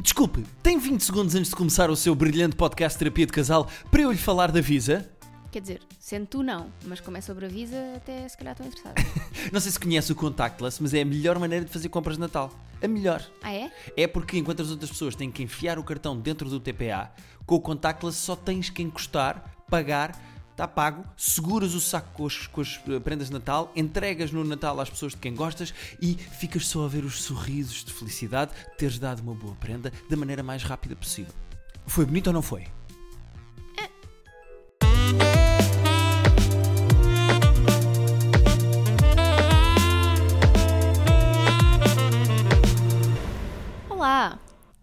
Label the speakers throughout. Speaker 1: Desculpe, tem 20 segundos antes de começar o seu brilhante podcast Terapia de Casal para eu lhe falar da Visa?
Speaker 2: Quer dizer, sendo tu não, mas como é sobre a Visa, até se calhar estou interessada.
Speaker 1: Não sei se conhece o Contactless, mas é a melhor maneira de fazer compras de Natal. A melhor.
Speaker 2: Ah é?
Speaker 1: É porque enquanto as outras pessoas têm que enfiar o cartão dentro do TPA, com o contactless só tens que encostar, pagar, está pago, seguras o saco com as, com as, eh, prendas de Natal, entregas no Natal às pessoas de quem gostas e ficas só a ver os sorrisos de felicidade de teres dado uma boa prenda da maneira mais rápida possível. Foi bonito ou não foi?
Speaker 2: Olá!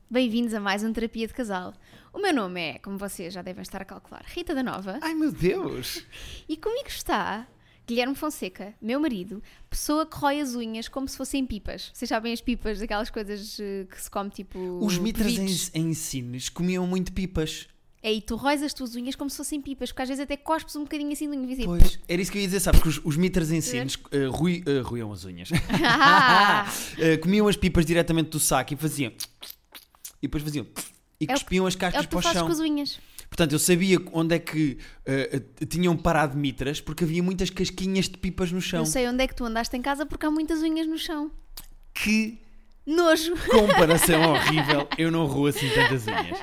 Speaker 2: Bem-vindos a mais um Terapia de Casal. O meu nome é, como vocês já devem estar a calcular, Rita da Nova
Speaker 1: Ai meu Deus!
Speaker 2: e comigo está Guilherme Fonseca, meu marido, pessoa que rói as unhas como se fossem pipas. Vocês sabem as pipas, aquelas coisas eh, que se come tipo.
Speaker 1: Os mitras
Speaker 2: pevites.
Speaker 1: em, em Sines comiam muito pipas.
Speaker 2: É, e tu róis as tuas unhas como se fossem pipas, porque às vezes até cospes um bocadinho assim do invisível.
Speaker 1: Pois, era isso que eu ia dizer, sabes que os, os mitras em Sines eh, rui, eh, roiam as unhas. Eh, comiam as pipas diretamente do saco e faziam. E depois faziam. E
Speaker 2: que-
Speaker 1: cuspiam as
Speaker 2: é o
Speaker 1: cascas
Speaker 2: que
Speaker 1: para
Speaker 2: tu
Speaker 1: o
Speaker 2: fazes
Speaker 1: chão.
Speaker 2: com as unhas.
Speaker 1: Portanto, eu sabia onde é que eh, eh, tinham parado mitras porque havia muitas casquinhas de pipas no chão.
Speaker 2: Eu sei onde é que tu andaste em casa porque há muitas unhas no chão. é-
Speaker 1: Que
Speaker 2: Nojo! é
Speaker 1: comparação horrível! Eu não roo assim tantas unhas.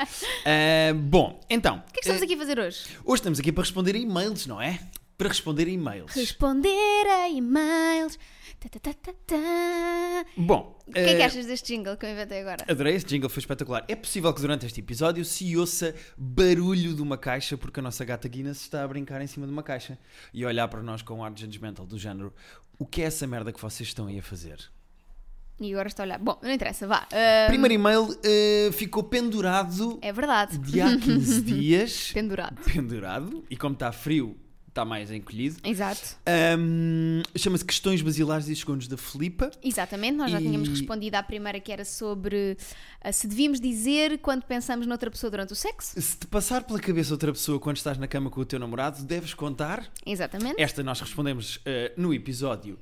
Speaker 1: Ah, bom, então. eh,
Speaker 2: O que é que estamos aqui a fazer hoje?
Speaker 1: Hoje estamos aqui para responder a e-mails, não é? Para responder a e-mails.
Speaker 2: Responder a e-mails. Tá, tá, tá, tá, tá.
Speaker 1: Bom. eh,
Speaker 2: O que é que achas deste jingle que eu inventei agora?
Speaker 1: Adorei, este jingle foi espetacular. É possível que durante este episódio se ouça barulho de uma caixa, porque a nossa gata Guinness está a brincar em cima de uma caixa e a olhar para nós com um ar de judgmental do género: o que é essa merda que vocês estão aí a fazer?
Speaker 2: E agora estou a olhar. Bom, não interessa, vá. Ah,
Speaker 1: Primeiro e-mail eh, ficou pendurado
Speaker 2: É verdade.
Speaker 1: de há 15 dias.
Speaker 2: Pendurado.
Speaker 1: pendurado, e como está frio, está mais encolhido.
Speaker 2: Exato.
Speaker 1: Ahm, Chama-se Questões Basilares e Segundos da Filipa.
Speaker 2: Exatamente, nós já tínhamos
Speaker 1: E-
Speaker 2: respondido à primeira que era sobre ah, se devíamos dizer quando pensamos noutra pessoa durante o sexo.
Speaker 1: Se te passar pela cabeça outra pessoa quando estás na cama com o teu namorado, deves contar.
Speaker 2: Exatamente.
Speaker 1: Esta nós respondemos eh, no episódio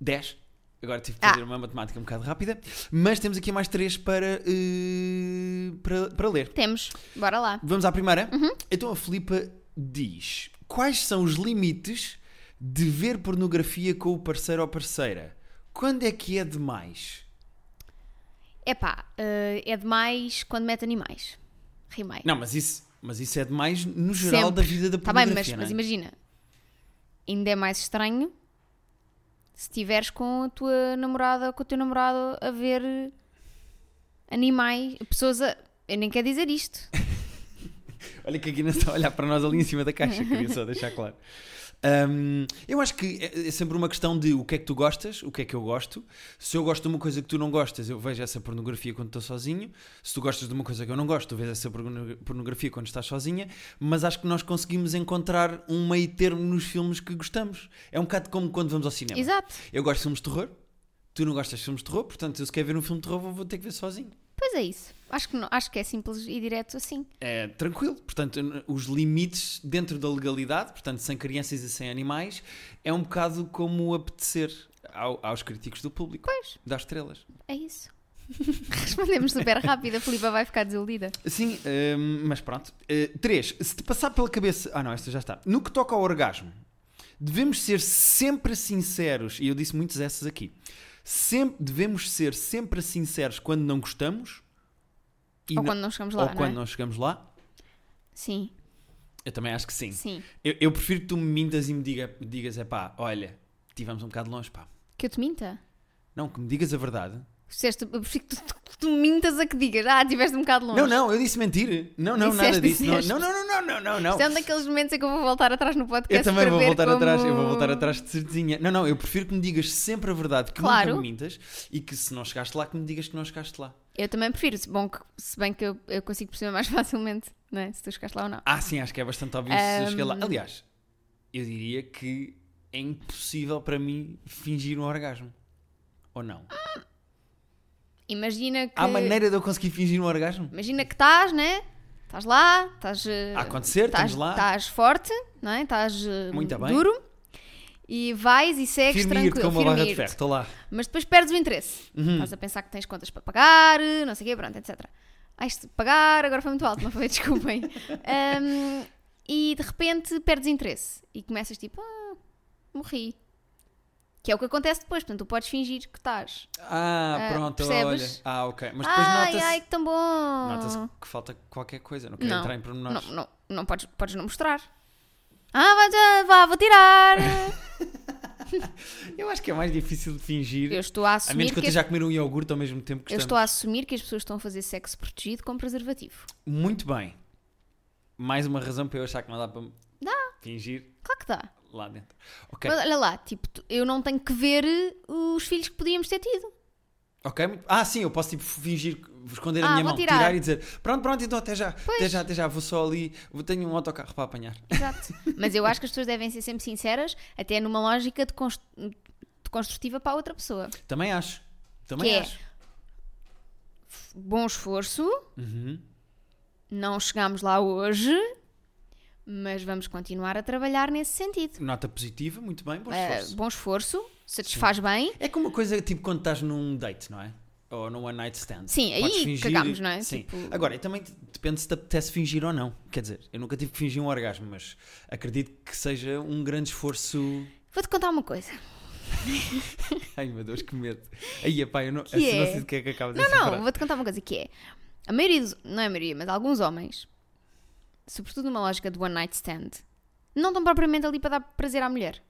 Speaker 1: 10. Agora tive que fazer
Speaker 2: Ah.
Speaker 1: uma matemática um bocado rápida. Mas temos aqui mais três para, eh, para, para ler.
Speaker 2: Temos. Bora lá.
Speaker 1: Vamos à primeira?
Speaker 2: Uhum.
Speaker 1: Então a Filipa diz: Quais são os limites de ver pornografia com o parceiro ou parceira? Quando é que é demais?
Speaker 2: Epá, ah, é demais quando mete animais. Rimei.
Speaker 1: Não, mas isso, mas isso é demais no geral
Speaker 2: É. Sempre.
Speaker 1: da vida da
Speaker 2: Tá
Speaker 1: pornografia.
Speaker 2: bem, mas,
Speaker 1: não é?
Speaker 2: mas imagina. Ainda é mais estranho se estiveres com a tua namorada ou com o teu namorado a ver animais, pessoas a. Eu nem quero dizer isto.
Speaker 1: É Olha que a Guinness está a olhar para nós ali em cima da caixa, queria só deixar claro. Hum, eu acho que é é sempre uma questão de o que é que tu gostas, o que é que eu gosto. Se eu gosto de uma coisa que tu não gostas, eu vejo essa pornografia quando estou sozinho. Se tu gostas de uma coisa que eu não gosto, tu vês essa porno- pornografia quando estás sozinha. Mas acho que nós conseguimos encontrar um meio termo nos filmes que gostamos. É um bocado como quando vamos ao cinema.
Speaker 2: Exato.
Speaker 1: Eu gosto de filmes de terror, tu não gostas de filmes de terror, portanto, eu se quer ver um filme de terror, vou- vou ter que ver sozinho.
Speaker 2: Pois é isso. Acho que, não- acho que é simples e direto assim.
Speaker 1: É tranquilo, portanto, n- os limites dentro da legalidade, portanto, sem crianças e sem animais, é um bocado como apetecer ao- aos críticos do público,
Speaker 2: Pois,
Speaker 1: das estrelas.
Speaker 2: é isso. Respondemos super rápido, a Filipa vai ficar desiludida.
Speaker 1: Sim, hum, mas pronto. Uh, três, se te passar pela cabeça. Ah, não, esta já está. No que toca ao orgasmo, devemos ser sempre sinceros, e eu disse muitas essas aqui. Sempre, devemos ser sempre sinceros quando não gostamos e
Speaker 2: Ou
Speaker 1: não-
Speaker 2: quando não chegamos lá,
Speaker 1: ou
Speaker 2: não é?
Speaker 1: quando não chegamos lá.
Speaker 2: Sim,
Speaker 1: Eu também acho que sim.
Speaker 2: sim.
Speaker 1: Eu, eu prefiro que tu me mintas e me diga, me digas, é pá, olha, tivemos um bocado longe, pá.
Speaker 2: Que eu te minta?
Speaker 1: Não, que me digas a verdade.
Speaker 2: Disseste, eu prefiro que tu, tu- tu mintas a que digas. Ah, estiveste um bocado longe.
Speaker 1: Não, não, eu disse mentir. Não, não,
Speaker 2: Disseste,
Speaker 1: nada disso. Não, não,
Speaker 2: disseste.
Speaker 1: não, não, não, não, não.
Speaker 2: Isto é um daqueles momentos em que eu vou voltar atrás no podcast.
Speaker 1: Eu também
Speaker 2: para
Speaker 1: vou
Speaker 2: ver
Speaker 1: voltar
Speaker 2: como-
Speaker 1: atrás, eu vou voltar atrás de certeza. Não, não, eu prefiro que me digas sempre a verdade, que
Speaker 2: Claro.
Speaker 1: nunca me mintas e que se não chegaste lá, que me digas que não chegaste lá.
Speaker 2: Eu também prefiro, se, bom, que, se bem que eu, eu consigo perceber mais facilmente, não é? Se tu chegaste lá ou não.
Speaker 1: Ah, sim, acho que é bastante óbvio se eu cheguei lá. Aliás, eu diria que é impossível para mim fingir um orgasmo. Ou não?
Speaker 2: Imagina Ah, que.
Speaker 1: Há maneira de eu conseguir fingir um orgasmo?
Speaker 2: Imagina que estás, né? Estás lá, estás. eh,
Speaker 1: A acontecer,
Speaker 2: estás-
Speaker 1: estamos lá.
Speaker 2: Estás forte, não é? Estás eh,
Speaker 1: Muito bem.
Speaker 2: duro. E vais e segues
Speaker 1: Firmir-te com
Speaker 2: É tranquilo.
Speaker 1: uma barra de
Speaker 2: firmir-te.
Speaker 1: ferro, estou lá.
Speaker 2: Mas depois perdes o interesse.
Speaker 1: Uhum.
Speaker 2: Estás a pensar que tens contas para pagar, não sei o quê, pronto, etc. Ah, isto de pagar, agora foi muito alto, não foi? Desculpem. Ahm, e de repente perdes interesse e começas tipo, ah, morri. Que é o que acontece depois, portanto, tu podes fingir que estás.
Speaker 1: Ah,
Speaker 2: Ah,
Speaker 1: pronto, olha.
Speaker 2: percebes?
Speaker 1: Ah, ok. Mas depois
Speaker 2: Ai,
Speaker 1: nota-se
Speaker 2: ai, que tão bom!
Speaker 1: nota-se que falta qualquer coisa. Não quero
Speaker 2: Não.
Speaker 1: entrar em
Speaker 2: não,
Speaker 1: pormenores.
Speaker 2: não, não podes, podes não mostrar. Ah, vá, já, vá, vou tirar!
Speaker 1: Eu acho que é mais difícil de fingir.
Speaker 2: Eu estou a
Speaker 1: A
Speaker 2: assumir
Speaker 1: menos que eu
Speaker 2: que,
Speaker 1: esteja a comer um iogurte ao mesmo tempo que
Speaker 2: eu
Speaker 1: estamos.
Speaker 2: estou a assumir que as pessoas estão a fazer sexo protegido com preservativo.
Speaker 1: Muito bem. Mais uma razão para eu achar que não dá para fingir
Speaker 2: Claro que dá.
Speaker 1: lá dentro. Ok,
Speaker 2: Mas olha lá, tipo, tu- eu não tenho que ver eh, os filhos que podíamos ter tido.
Speaker 1: ok. muito- Ah, sim, eu posso tipo fingir, esconder a
Speaker 2: Ah,
Speaker 1: minha
Speaker 2: vou
Speaker 1: mão,
Speaker 2: tirar.
Speaker 1: e dizer pronto, pronto, então até já, até já, até já, vou só ali, vou- tenho um autocarro para apanhar.
Speaker 2: Exato. Mas eu acho que as pessoas devem ser sempre sinceras, até numa lógica de, const- de construtiva para a outra pessoa.
Speaker 1: Também acho, também
Speaker 2: Que é?
Speaker 1: acho.
Speaker 2: Bom esforço,
Speaker 1: Uhum.
Speaker 2: não chegámos lá hoje, mas vamos continuar a trabalhar nesse sentido.
Speaker 1: Nota positiva, muito bem, bom
Speaker 2: Eh,
Speaker 1: esforço.
Speaker 2: bom esforço, satisfaz bem.
Speaker 1: É como uma coisa tipo quando estás num date, não é? Ou num one night stand.
Speaker 2: Sim, aí
Speaker 1: Podes fingir-
Speaker 2: cagámos, não é?
Speaker 1: Sim.
Speaker 2: Tipo-
Speaker 1: Agora, e também te- depende se te apetece fingir ou não. Quer dizer, eu nunca tive que fingir um orgasmo, mas acredito que seja um grande esforço.
Speaker 2: Vou-te contar uma coisa.
Speaker 1: Ai meu Deus, que medo. Aí, epá, eu não,
Speaker 2: Que
Speaker 1: eu não
Speaker 2: é?
Speaker 1: sei do que é que acaba de
Speaker 2: Não, não, vou-te contar uma coisa que é. A maioria dos, não é a maioria, mas alguns homens, sobretudo numa lógica de one night stand, não estão propriamente ali para dar prazer à mulher.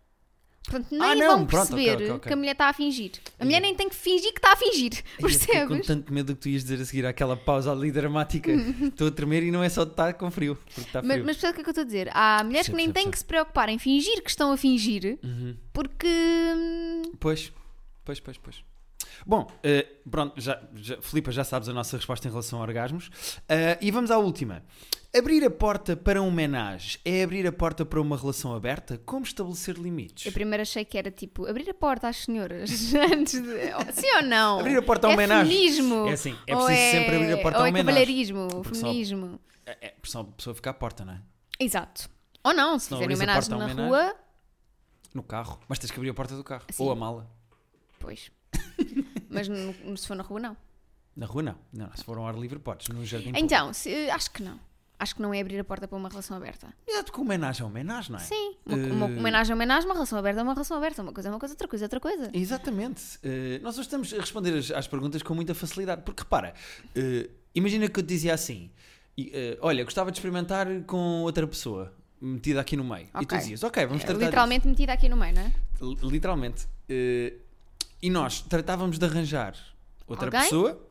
Speaker 2: Portanto, nem
Speaker 1: Ah, não,
Speaker 2: vão
Speaker 1: pronto, ok,
Speaker 2: perceber
Speaker 1: ok, ok.
Speaker 2: que a mulher está a fingir. A mulher nem tem que fingir que está a fingir,
Speaker 1: Fiquei com um
Speaker 2: percebes?
Speaker 1: tanto medo do que tu ias dizer a seguir àquela pausa ali dramática. Estou a tremer e não é só de estar com frio, porque está
Speaker 2: Mas,
Speaker 1: frio.
Speaker 2: mas percebes o que é que eu estou a dizer? Há mulheres que
Speaker 1: Percebo, percebo,
Speaker 2: nem
Speaker 1: Uhum.
Speaker 2: têm que se preocupar em fingir que estão a fingir, porque... hum,
Speaker 1: Pois, pois, pois, pois. Bom, eh, pronto, já, já, Filipa, já sabes a nossa resposta em relação a orgasmos. Ah, e vamos à última. Abrir a porta para um menage é abrir a porta para uma relação aberta? Como estabelecer limites?
Speaker 2: Eu primeiro achei que era tipo abrir a porta às senhoras antes de. oh, Sim ou não?
Speaker 1: Abrir a porta ao
Speaker 2: é
Speaker 1: homenagem.
Speaker 2: Feminismo.
Speaker 1: É assim, é
Speaker 2: Ou
Speaker 1: preciso sempre abrir a porta
Speaker 2: ou
Speaker 1: ao
Speaker 2: é
Speaker 1: homenagem.
Speaker 2: cavalheirismo,
Speaker 1: Porque só-
Speaker 2: feminismo.
Speaker 1: É, é, senão a pessoa fica à porta, não é?
Speaker 2: Exato. Ou não, se
Speaker 1: não
Speaker 2: fizerem
Speaker 1: abris a porta
Speaker 2: homenagem na
Speaker 1: ao
Speaker 2: rua,
Speaker 1: No carro. Mas tens que abrir a porta do carro.
Speaker 2: Sim.
Speaker 1: Ou a mala.
Speaker 2: pois. Mas no- no- se for na rua, não.
Speaker 1: Na rua, não. Não, não, se for um ar livre, podes. No jardim.
Speaker 2: Então, se- acho que não. Acho que não é abrir a porta para uma relação aberta.
Speaker 1: público. Exato, que o homenagem é um homenagem, não é?
Speaker 2: Sim. Uma, uma
Speaker 1: Eh,
Speaker 2: homenagem é homenagem, uma relação aberta é uma relação aberta. Uma coisa é uma coisa, outra coisa é outra coisa.
Speaker 1: Exatamente. Eh, nós hoje estamos a responder as- às perguntas com muita facilidade, porque repara, eh, imagina que eu te dizia assim: e, eh, Olha, gostava de experimentar com outra pessoa, metida aqui no meio. E tu
Speaker 2: Ok.
Speaker 1: dizias: Ok, vamos tratar.
Speaker 2: É Literalmente metida aqui no meio, não é?
Speaker 1: disso." L- Literalmente. Eh, e nós tratávamos de arranjar outra
Speaker 2: Alguém?
Speaker 1: pessoa,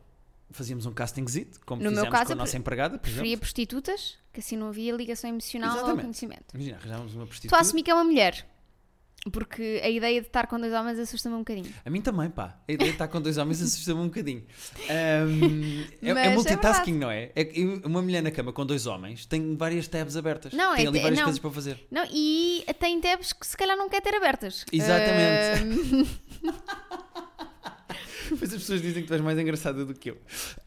Speaker 1: fazíamos um castingzito, como
Speaker 2: No meu
Speaker 1: fizemos
Speaker 2: caso,
Speaker 1: com a
Speaker 2: eu
Speaker 1: nossa
Speaker 2: pre-
Speaker 1: empregada, por
Speaker 2: Preferia
Speaker 1: exemplo.
Speaker 2: prostitutas, que assim não havia ligação emocional ao
Speaker 1: Exatamente.
Speaker 2: conhecimento.
Speaker 1: Imagina, arranjávamos uma prostituta.
Speaker 2: Estou a assumir que é uma mulher. Porque a ideia de estar com dois homens assusta-me um bocadinho.
Speaker 1: A mim também, pá. A ideia de estar com dois homens assusta-me um bocadinho. Ahm, é- é,
Speaker 2: Mas é
Speaker 1: multitasking, não é? é? que Uma mulher na cama com dois homens tem várias tabs abertas.
Speaker 2: Não,
Speaker 1: tem
Speaker 2: é-
Speaker 1: ali
Speaker 2: é-
Speaker 1: várias
Speaker 2: não.
Speaker 1: coisas para fazer.
Speaker 2: Não, e tem tabs que se calhar não quer ter abertas.
Speaker 1: Exatamente.
Speaker 2: Ah,
Speaker 1: Depois as pessoas dizem que tu és mais engraçada do que eu.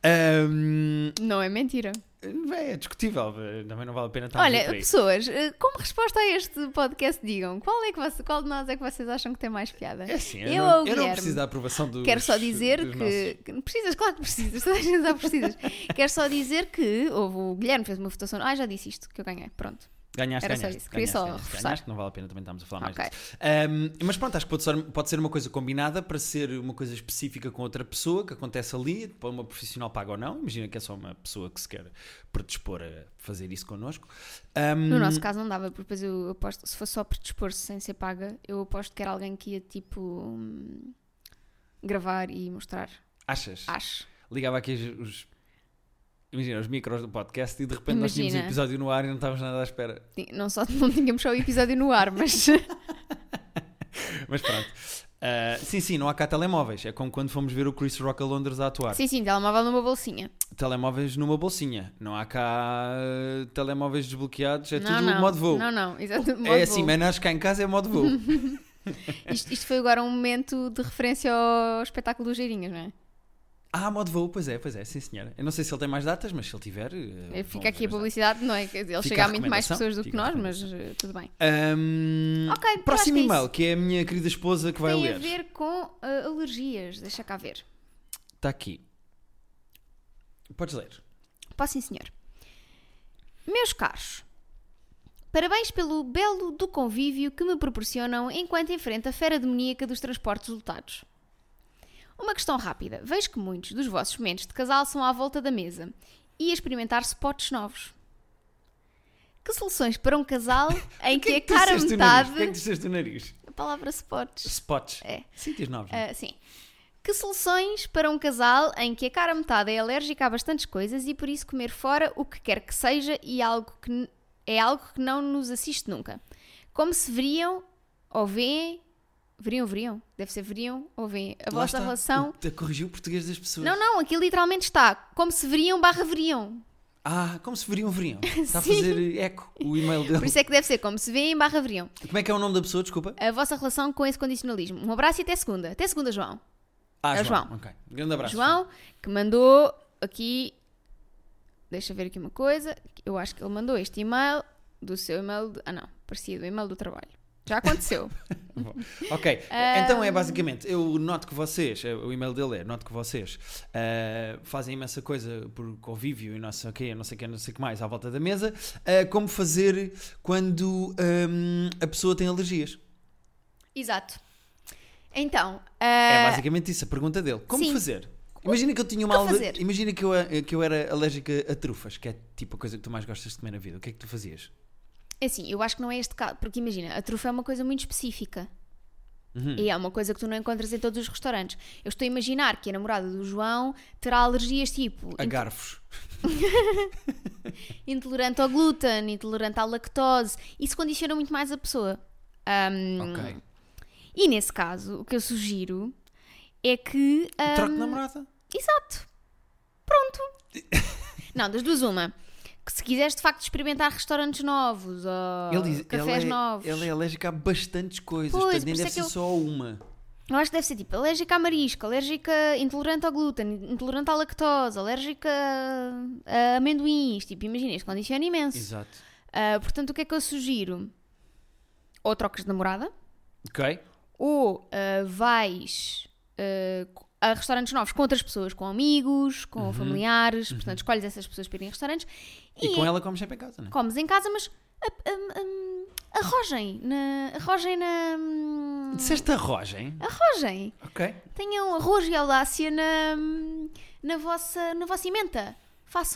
Speaker 1: Ahm,
Speaker 2: não é mentira.
Speaker 1: é, é discutível, também não vale a pena estar
Speaker 2: Olha,
Speaker 1: Tá, por aí.
Speaker 2: pessoas, ah, como resposta a este podcast, digam qual, é que voce- qual de nós é que vocês acham que tem mais piada?
Speaker 1: É assim, eu,
Speaker 2: eu ou
Speaker 1: não, eu
Speaker 2: o
Speaker 1: não
Speaker 2: Guilherme?
Speaker 1: preciso da aprovação dos
Speaker 2: Quero só dizer
Speaker 1: dos
Speaker 2: que. que- Precisas, claro que precisas, toda a gente sabe que precisas. Quero só dizer que. Houve, o Guilherme fez uma votação. Ah, já disse isto que eu ganhei. Pronto.
Speaker 1: Ganhaste,
Speaker 2: Era só
Speaker 1: ganhaste.
Speaker 2: isso, queria
Speaker 1: ganhaste,
Speaker 2: só
Speaker 1: ganhaste,
Speaker 2: reforçar.
Speaker 1: ganhaste, não vale a pena também estarmos a falar
Speaker 2: Ok.
Speaker 1: mais disso. Ahm, mas pronto, acho que pode ser, pode ser uma coisa combinada para ser uma coisa específica com outra pessoa que acontece ali, para uma profissional paga ou não. Imagina que é só uma pessoa que se quer predispor a fazer isso connosco. Ahm,
Speaker 2: No nosso caso não dava, porque depois eu aposto, se fosse só por dispor-se sem ser paga, eu aposto que era alguém que ia tipo hum, gravar e mostrar.
Speaker 1: Achas?
Speaker 2: Acho.
Speaker 1: Ligava aqui os, os- imagina, os micros do podcast e de repente nós tínhamos um
Speaker 2: Imagina.
Speaker 1: episódio no ar e não estávamos nada à espera.
Speaker 2: Ti- Não só não tínhamos só o episódio no ar, mas
Speaker 1: Mas pronto. Ah, sim, sim, não há cá telemóveis. É como quando fomos ver o Chris Rock a Londres a atuar.
Speaker 2: sim, sim, telemóvel numa bolsinha.
Speaker 1: telemóveis numa bolsinha. Não há cá eh, telemóveis desbloqueados, é tudo
Speaker 2: não.
Speaker 1: modo voo.
Speaker 2: Não, não, exato. modo
Speaker 1: é assim,
Speaker 2: voo.
Speaker 1: mas acho que cá em casa é modo voo.
Speaker 2: Isto, isto foi agora um momento de referência ao espetáculo dos Geirinhas, não é?
Speaker 1: Ah, modo voo, pois é, pois é, sim senhora. Eu não sei se ele tem mais datas, mas se ele tiver. eh, vão
Speaker 2: Fica aqui
Speaker 1: ver
Speaker 2: a
Speaker 1: as
Speaker 2: publicidade, não é? Quer dizer, Ele
Speaker 1: Fica
Speaker 2: chega
Speaker 1: a
Speaker 2: a muito mais
Speaker 1: recomendação,
Speaker 2: pessoas do que
Speaker 1: fica a
Speaker 2: nós, mas eh, tudo bem.
Speaker 1: datas. Ahm,
Speaker 2: Ok, eu acho
Speaker 1: próximo
Speaker 2: que é
Speaker 1: e-mail,
Speaker 2: isso.
Speaker 1: que é a minha querida esposa que vai
Speaker 2: Tem a
Speaker 1: ler.
Speaker 2: ver com ah, alergias, deixa cá ver.
Speaker 1: Está aqui. Podes ler.
Speaker 2: Posso sim, senhor. Meus caros, parabéns pelo belo do convívio que me proporcionam enquanto enfrento a fera demoníaca dos transportes lotados. Uma questão rápida. Vejo que muitos dos vossos momentos de casal são à volta da mesa e a experimentar spots novos. Que soluções para um casal em que,
Speaker 1: Tu
Speaker 2: a cara
Speaker 1: disseste o nariz.
Speaker 2: metade...
Speaker 1: Porquê é que disseste o nariz?
Speaker 2: A palavra spots.
Speaker 1: Spots.
Speaker 2: É.
Speaker 1: Sítios novos. não é?
Speaker 2: Ah, sim. Que soluções para um casal em que a cara metade é alérgica a bastantes coisas e por isso comer fora o que quer que seja e algo que n- é algo que não nos assiste nunca? Como se veriam ou veem. Veriam, veriam? Deve ser veriam ou veem. A
Speaker 1: Lá
Speaker 2: vossa
Speaker 1: está.
Speaker 2: relação.
Speaker 1: O- A corrigir o português das pessoas.
Speaker 2: Não, não, aqui literalmente está. Como se veriam barra veriam.
Speaker 1: Ah, como se veriam, veriam. Está a fazer eco o e-mail dele.
Speaker 2: Por isso é que deve ser como se veem barra veriam.
Speaker 1: Como é que é o nome da pessoa, desculpa?
Speaker 2: A vossa relação com esse condicionalismo. Um abraço e até segunda. Até segunda, João.
Speaker 1: Ah,
Speaker 2: É o
Speaker 1: João.
Speaker 2: João.
Speaker 1: Ok. Grande abraço.
Speaker 2: João, que mandou aqui. Deixa eu ver aqui uma coisa. Eu acho que ele mandou este e-mail do seu e-mail. de- ah, não. Parecia do e-mail do trabalho. Já aconteceu.
Speaker 1: Ok, então é basicamente, eu noto que vocês, eh, o e-mail dele é, noto que vocês eh, fazem imensa coisa por convívio e não sei o quê, não sei o quê, não sei o que mais à volta da mesa, eh, como fazer quando hum, a pessoa tem alergias.
Speaker 2: Exato. Então.
Speaker 1: É
Speaker 2: ah,
Speaker 1: basicamente isso a pergunta dele. Como
Speaker 2: sim.
Speaker 1: fazer? Imagina que eu tinha uma
Speaker 2: que
Speaker 1: ale-
Speaker 2: fazer?
Speaker 1: Imagina que eu, eh, que eu era alérgica a trufas, que é tipo a coisa que tu mais gostas de comer na vida. O que é que tu fazias?
Speaker 2: É Assim, eu acho que não é este caso, porque imagina, a trufa é uma coisa muito específica. E é uma coisa que tu não encontras em todos os restaurantes. Eu estou a imaginar que a namorada do João terá alergias tipo
Speaker 1: A garfos.
Speaker 2: in- intolerante ao glúten, intolerante à lactose. Isso condiciona muito mais a pessoa. Ahm,
Speaker 1: Ok.
Speaker 2: E nesse caso, o que eu sugiro é que. ah,
Speaker 1: Troco de namorada.
Speaker 2: Exato. Pronto. não, das duas, uma. Que se quiseres de facto experimentar restaurantes novos ou
Speaker 1: Ele, diz-
Speaker 2: cafés
Speaker 1: ele é,
Speaker 2: novos.
Speaker 1: Ele é alérgico a bastantes coisas,
Speaker 2: Pois,
Speaker 1: portanto
Speaker 2: por
Speaker 1: nem
Speaker 2: isso
Speaker 1: deve
Speaker 2: é
Speaker 1: ser
Speaker 2: que eu-
Speaker 1: só uma.
Speaker 2: Eu acho que deve ser tipo alérgica a marisco, alérgica intolerante ao glúten, intolerante à lactose, alérgica a amendoins. Tipo, imagina, isto condiciona imenso.
Speaker 1: Exato.
Speaker 2: Ah, portanto, o que é que eu sugiro? Ou trocas de namorada,
Speaker 1: Ok.
Speaker 2: ou ah, vais ah, a restaurantes novos com outras pessoas, com amigos, com familiares. Portanto, escolhes essas pessoas para irem a restaurantes
Speaker 1: Uhum. E, com ela comes sempre em casa, não é?
Speaker 2: comes em casa, mas a- a- a- arrojem na. Arrojem na.
Speaker 1: Disseste arrogem?
Speaker 2: Arrojem!
Speaker 1: Ok.
Speaker 2: Tenham arroz e audácia na, na, vossa, na vossa emenda.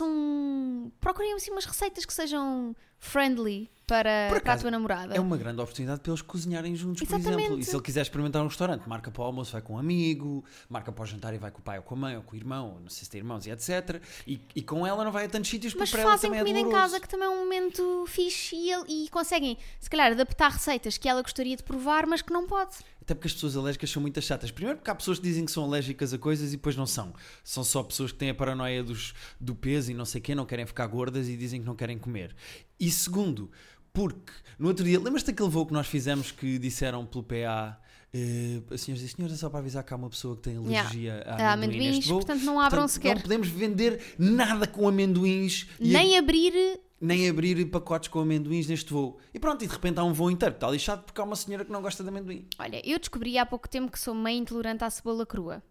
Speaker 2: Façam. Procurem assim umas receitas que sejam friendly para,
Speaker 1: Por
Speaker 2: para a
Speaker 1: acaso,
Speaker 2: tua namorada.
Speaker 1: É uma grande oportunidade para eles cozinharem juntos, por
Speaker 2: Exatamente.
Speaker 1: exemplo. E se ele quiser experimentar um restaurante, marca para o almoço, vai com um amigo, marca para o jantar e vai com o pai ou com a mãe ou com o irmão, ou não sei se tem irmãos e etc. E, e com ela não vai a tantos sítios
Speaker 2: Mas
Speaker 1: porque para ela
Speaker 2: fazem
Speaker 1: também é
Speaker 2: comida em
Speaker 1: doloroso.
Speaker 2: casa, que também é um momento fixe e, ele- e conseguem, se calhar, adaptar receitas que ela gostaria de provar, mas que não pode.
Speaker 1: Até porque as pessoas alérgicas são muito chatas. Primeiro porque há pessoas que dizem que são alérgicas a coisas e depois não são. São só pessoas que têm a paranoia dos, do peso e não sei quê, não querem ficar gordas e dizem que não querem comer. E segundo, porque no outro dia, lembras-te daquele voo que nós fizemos que disseram pelo PA, eh, senhores e senhoras, é só para avisar que há uma pessoa que tem
Speaker 2: Yeah.
Speaker 1: alergia a
Speaker 2: A
Speaker 1: amendoim
Speaker 2: amendoins,
Speaker 1: neste voo.
Speaker 2: portanto, não abram sequer.
Speaker 1: Não podemos vender nada com amendoins e
Speaker 2: Nem abrir
Speaker 1: nem abrir pacotes com amendoins neste voo. E pronto, e de repente há um voo inteiro que está lixado porque há uma senhora que não gosta de amendoim.
Speaker 2: Olha, eu descobri há pouco tempo que sou meio intolerante à cebola crua.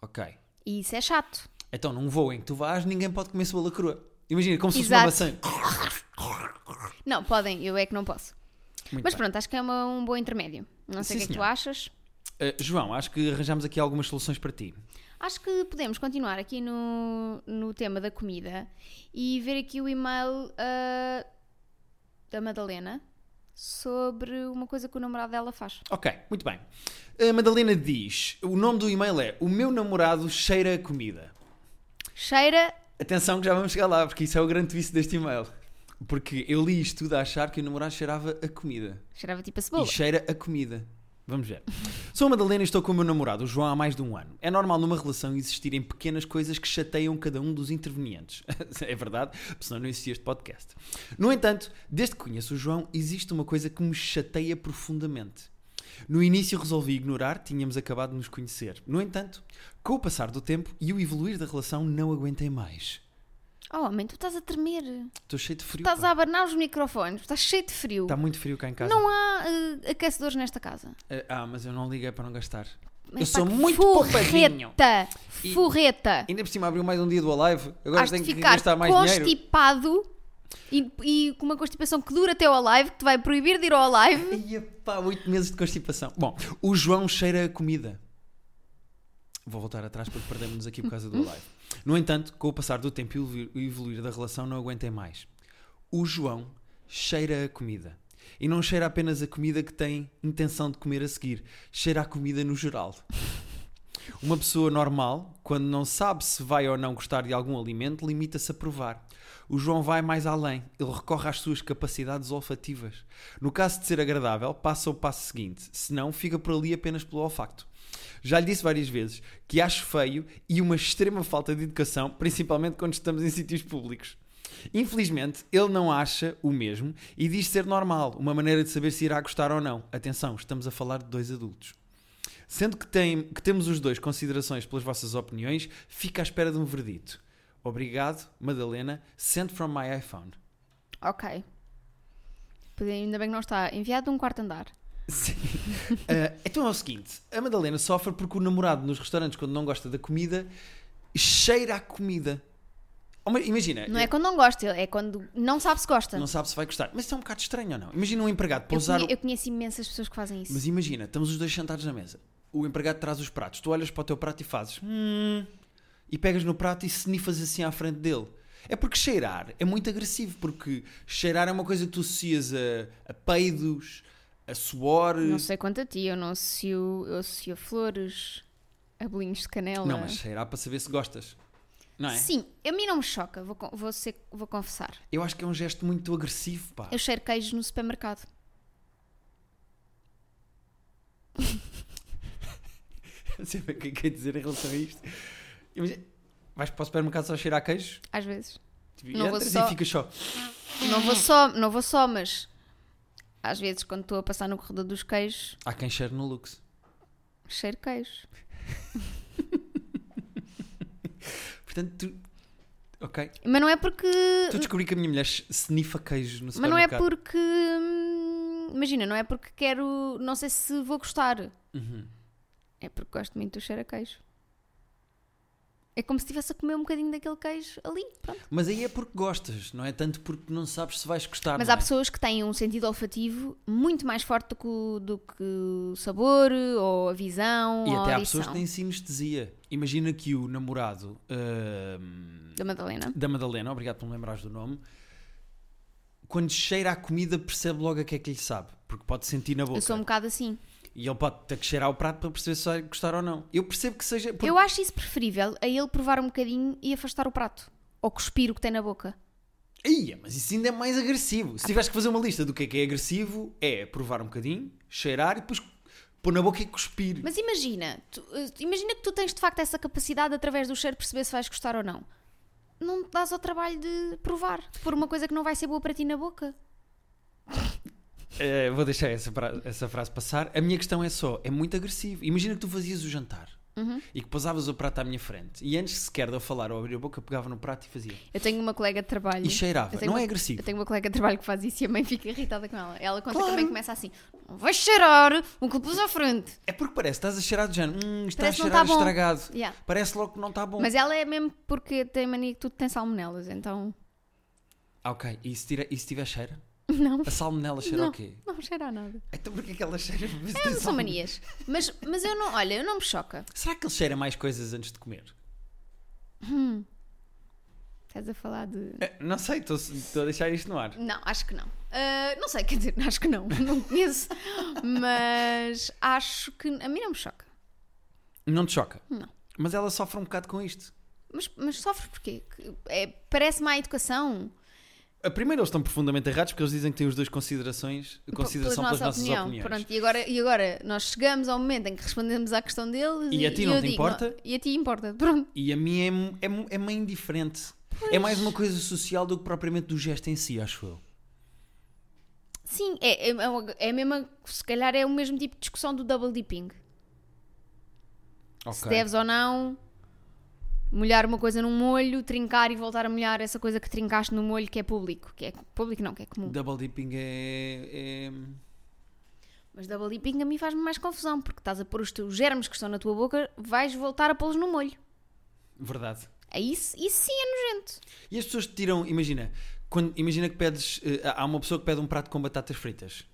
Speaker 1: Ok.
Speaker 2: E isso é chato.
Speaker 1: Então, num voo em que tu vais, ninguém pode comer cebola crua. Imagina, como se fosse uma
Speaker 2: Exato.
Speaker 1: maçã.
Speaker 2: Não, podem, eu é que não posso.
Speaker 1: Muito
Speaker 2: Mas
Speaker 1: bem.
Speaker 2: pronto, acho que é uma- um bom intermédio. Não sei
Speaker 1: Sim,
Speaker 2: o que é que tu
Speaker 1: senhora.
Speaker 2: achas.
Speaker 1: Eh, João, acho que arranjámos aqui algumas soluções para ti.
Speaker 2: Acho que podemos continuar aqui no, no tema da comida e ver aqui o e-mail ah, da Madalena sobre uma coisa que o namorado dela faz.
Speaker 1: Ok, muito bem. A Madalena diz: o nome do e-mail é O meu namorado cheira a comida.
Speaker 2: Cheira.
Speaker 1: Atenção que já vamos chegar lá, porque isso é o grande twist deste e-mail. Porque eu li isto tudo a achar que o namorado cheirava a comida.
Speaker 2: Cheirava tipo a cebola.
Speaker 1: E cheira a comida. Vamos ver. Sou a Madalena e estou com o meu namorado, o João, há mais de um ano. É normal numa relação existirem pequenas coisas que chateiam cada um dos intervenientes. é verdade, porque senão não existia este podcast. No entanto, desde que conheço o João, existe uma coisa que me chateia profundamente. No início resolvi ignorar, tínhamos acabado de nos conhecer. No entanto, com o passar do tempo e o evoluir da relação, não aguentei mais.
Speaker 2: Oh, homem, tu estás a tremer.
Speaker 1: Estou cheio de frio.
Speaker 2: Estás a abanar os microfones, estás cheio de frio.
Speaker 1: Está muito frio cá em casa.
Speaker 2: Não há eh, aquecedores nesta casa.
Speaker 1: Ah, Ah, mas eu não liguei para não gastar.
Speaker 2: Mas
Speaker 1: eu
Speaker 2: pá,
Speaker 1: sou
Speaker 2: que
Speaker 1: muito poupadinho.
Speaker 2: Forreta!
Speaker 1: E-
Speaker 2: Forreta!
Speaker 1: Ainda por cima abriu mais um dia do Alive. Agora
Speaker 2: Has de
Speaker 1: tenho que
Speaker 2: ficar
Speaker 1: gastar mais dinheiro.
Speaker 2: constipado e, e com uma constipação que dura até ao live, que te vai proibir de ir ao live.
Speaker 1: Ia pá, oito meses de constipação. Bom, o João cheira a comida. Vou voltar atrás porque perdemos-nos aqui por causa do live. No entanto, com o passar do tempo e o evolu- o evoluir da relação, não aguentei mais. O João cheira a comida. E não cheira apenas a comida que tem intenção de comer a seguir, cheira a comida no geral. Uma pessoa normal, quando não sabe se vai ou não gostar de algum alimento, limita-se a provar. O João vai mais além, ele recorre às suas capacidades olfativas. No caso de ser agradável, passa o passo seguinte, se não, fica por ali apenas pelo olfacto. Já lhe disse várias vezes que acho feio e uma extrema falta de educação, principalmente quando estamos em sítios públicos. Infelizmente, ele não acha o mesmo e diz ser normal, uma maneira de saber se irá gostar ou não. Atenção, estamos a falar de dois adultos. Sendo que, tem- que temos os dois considerações pelas vossas opiniões, fica à espera de um verdito. Obrigado, Madalena. Sent from my iPhone.
Speaker 2: Ok. Pois Ainda bem que não está. Enviado de um quarto andar.
Speaker 1: Sim. Ah, então é o seguinte: a Madalena sofre porque o namorado nos restaurantes, quando não gosta da comida, cheira a comida. Oh, mas Imagina,
Speaker 2: Não é quando não gosta, é quando não sabe se gosta.
Speaker 1: não sabe se vai gostar, mas isso é um bocado estranho ou não. Imagina um empregado
Speaker 2: Eu,
Speaker 1: pousar.
Speaker 2: conhe-
Speaker 1: o-
Speaker 2: eu conheço imensas pessoas que fazem isso.
Speaker 1: Mas imagina, estamos os dois sentados na mesa. O empregado traz os pratos. Tu olhas para o teu prato e fazes. "Hum", e pegas no prato e snifas assim à frente dele. É porque cheirar é muito agressivo, porque cheirar é uma coisa que tu associas a, a peidos, a suor.
Speaker 2: Não sei quanto a ti, eu não associo, eu associo a flores, a bolinhos de canela.
Speaker 1: Não, mas cheirar para saber se gostas. Não é?
Speaker 2: é. Sim, a mim não me choca, vou, con- vou, ser- vou confessar.
Speaker 1: Eu acho que é um gesto muito agressivo, pá.
Speaker 2: Eu cheiro queijos no supermercado.
Speaker 1: Não sei bem o que é que é dizer em relação a isto. Imagina, vais para o supermercado só cheirar queijo?
Speaker 2: Às vezes.
Speaker 1: Tipo,
Speaker 2: Não vou
Speaker 1: entras
Speaker 2: só-
Speaker 1: e ficas só.
Speaker 2: Não vou só, não vou só, mas às vezes quando estou a passar no corredor dos queijos,
Speaker 1: Há quem cheire no Lux.
Speaker 2: cheiro queijo.
Speaker 1: Portanto, tu. Ok.
Speaker 2: Mas não é porque.
Speaker 1: Tu descobri que a minha mulher snifa queijos no
Speaker 2: Mas não é
Speaker 1: supermercado.
Speaker 2: porque. hum, Imagina, não é porque quero. Não sei se vou gostar.
Speaker 1: Uhum.
Speaker 2: É porque gosto muito do cheiro a queijo. É como se estivesse a comer um bocadinho daquele queijo ali. Pronto.
Speaker 1: Mas aí é porque gostas, não é tanto porque não sabes se vais gostar.
Speaker 2: Mas
Speaker 1: não
Speaker 2: há
Speaker 1: é?
Speaker 2: pessoas que têm um sentido olfativo muito mais forte do que, o- do que o sabor, ou a visão,
Speaker 1: E
Speaker 2: ou
Speaker 1: até
Speaker 2: a
Speaker 1: há
Speaker 2: audição
Speaker 1: pessoas que têm sinestesia. Imagina que o namorado hum,
Speaker 2: da Madalena.
Speaker 1: da Madalena, obrigado por me lembrares do nome, quando cheira a comida percebe logo a que é que lhe sabe, porque pode sentir na boca.
Speaker 2: Eu sou um bocado assim.
Speaker 1: E ele pode ter que cheirar o prato para perceber se vai gostar ou não. Eu percebo que seja. porque-
Speaker 2: Eu acho isso preferível a ele provar um bocadinho e afastar o prato. Ou cuspir o que tem na boca.
Speaker 1: Ia, mas isso ainda é mais agressivo.
Speaker 2: Ah.
Speaker 1: Se tiveres que fazer uma lista do que é que é agressivo, é provar um bocadinho, cheirar e depois pôr na boca e cuspir.
Speaker 2: Mas imagina, tu- eh, imagina que tu tens de facto essa capacidade através do cheiro perceber se vais gostar ou não. Não te dás ao trabalho de provar, de pôr uma coisa que não vai ser boa para ti na boca.
Speaker 1: Eh, vou deixar essa, fra- essa frase passar. A minha questão é só: é muito agressivo. Imagina que tu fazias o jantar
Speaker 2: Uhum.
Speaker 1: e que pousavas o prato à minha frente e antes sequer de eu falar ou abrir a boca, pegava no prato e fazia.
Speaker 2: Eu tenho uma colega de trabalho.
Speaker 1: E cheirava.
Speaker 2: Eu tenho
Speaker 1: Não
Speaker 2: uma-
Speaker 1: é agressivo.
Speaker 2: Eu tenho uma colega de trabalho que faz isso e a mãe fica irritada com ela. Ela conta
Speaker 1: Claro.
Speaker 2: também começa assim: não vais cheirar um que pus à frente.
Speaker 1: É porque parece, estás a cheirar de género. Hum, está
Speaker 2: Parece
Speaker 1: a
Speaker 2: não
Speaker 1: cheirar
Speaker 2: tá bom.
Speaker 1: estragado.
Speaker 2: Yeah.
Speaker 1: Parece logo que não está bom.
Speaker 2: Mas ela é mesmo porque tem mania que tudo tem salmonelas, então.
Speaker 1: Ah, ok, e se, tira, e se tiver cheiro?
Speaker 2: Não,
Speaker 1: A salmonela cheira
Speaker 2: Não.
Speaker 1: o quê?
Speaker 2: não cheira a nada.
Speaker 1: Então porquê que ela cheira? Vê se
Speaker 2: É,
Speaker 1: tem
Speaker 2: são
Speaker 1: salmonela.
Speaker 2: manias. Mas, mas eu não, olha, eu não me choca.
Speaker 1: Será que ele cheira mais coisas antes de comer?
Speaker 2: Estás a falar de.
Speaker 1: Eh, Não sei, estou- estou a deixar isto no ar.
Speaker 2: Não, acho que não. Ah, não sei, quer dizer, acho que não, não conheço. Mas acho que. A mim não me choca.
Speaker 1: Não te choca?
Speaker 2: Não.
Speaker 1: Mas ela sofre um bocado com isto.
Speaker 2: Mas, mas sofre porquê? Que- é- parece má educação?
Speaker 1: A primeira, eles estão profundamente errados porque eles dizem que têm os dois considerações,
Speaker 2: P-
Speaker 1: consideração pelas, nossas
Speaker 2: opinião.
Speaker 1: opiniões.
Speaker 2: Pronto, e agora, e agora nós chegamos ao momento em que respondemos à questão deles
Speaker 1: E a ti não
Speaker 2: eu
Speaker 1: te
Speaker 2: digo,
Speaker 1: importa?
Speaker 2: não- e a ti importa, pronto.
Speaker 1: E a minha é, é, é meio indiferente. É mais uma coisa social do que propriamente do gesto em si, acho eu.
Speaker 2: Sim, é, é, é uma- é a mesma. Se calhar é o mesmo tipo de discussão do double dipping. Se
Speaker 1: Ok.
Speaker 2: deves ou não molhar uma coisa num molho, trincar e voltar a molhar essa coisa que trincaste no molho que é público. Que é público não, que é comum.
Speaker 1: Double dipping é. é-
Speaker 2: Mas double dipping a mim faz-me mais confusão, porque estás a pôr os teus germes que estão na tua boca, vais voltar a pô-los no molho.
Speaker 1: Verdade.
Speaker 2: Aí isso, isso sim é nojento.
Speaker 1: E as pessoas te tiram, imagina, quando, imagina que pedes, eh, há uma pessoa que pede um prato com batatas fritas.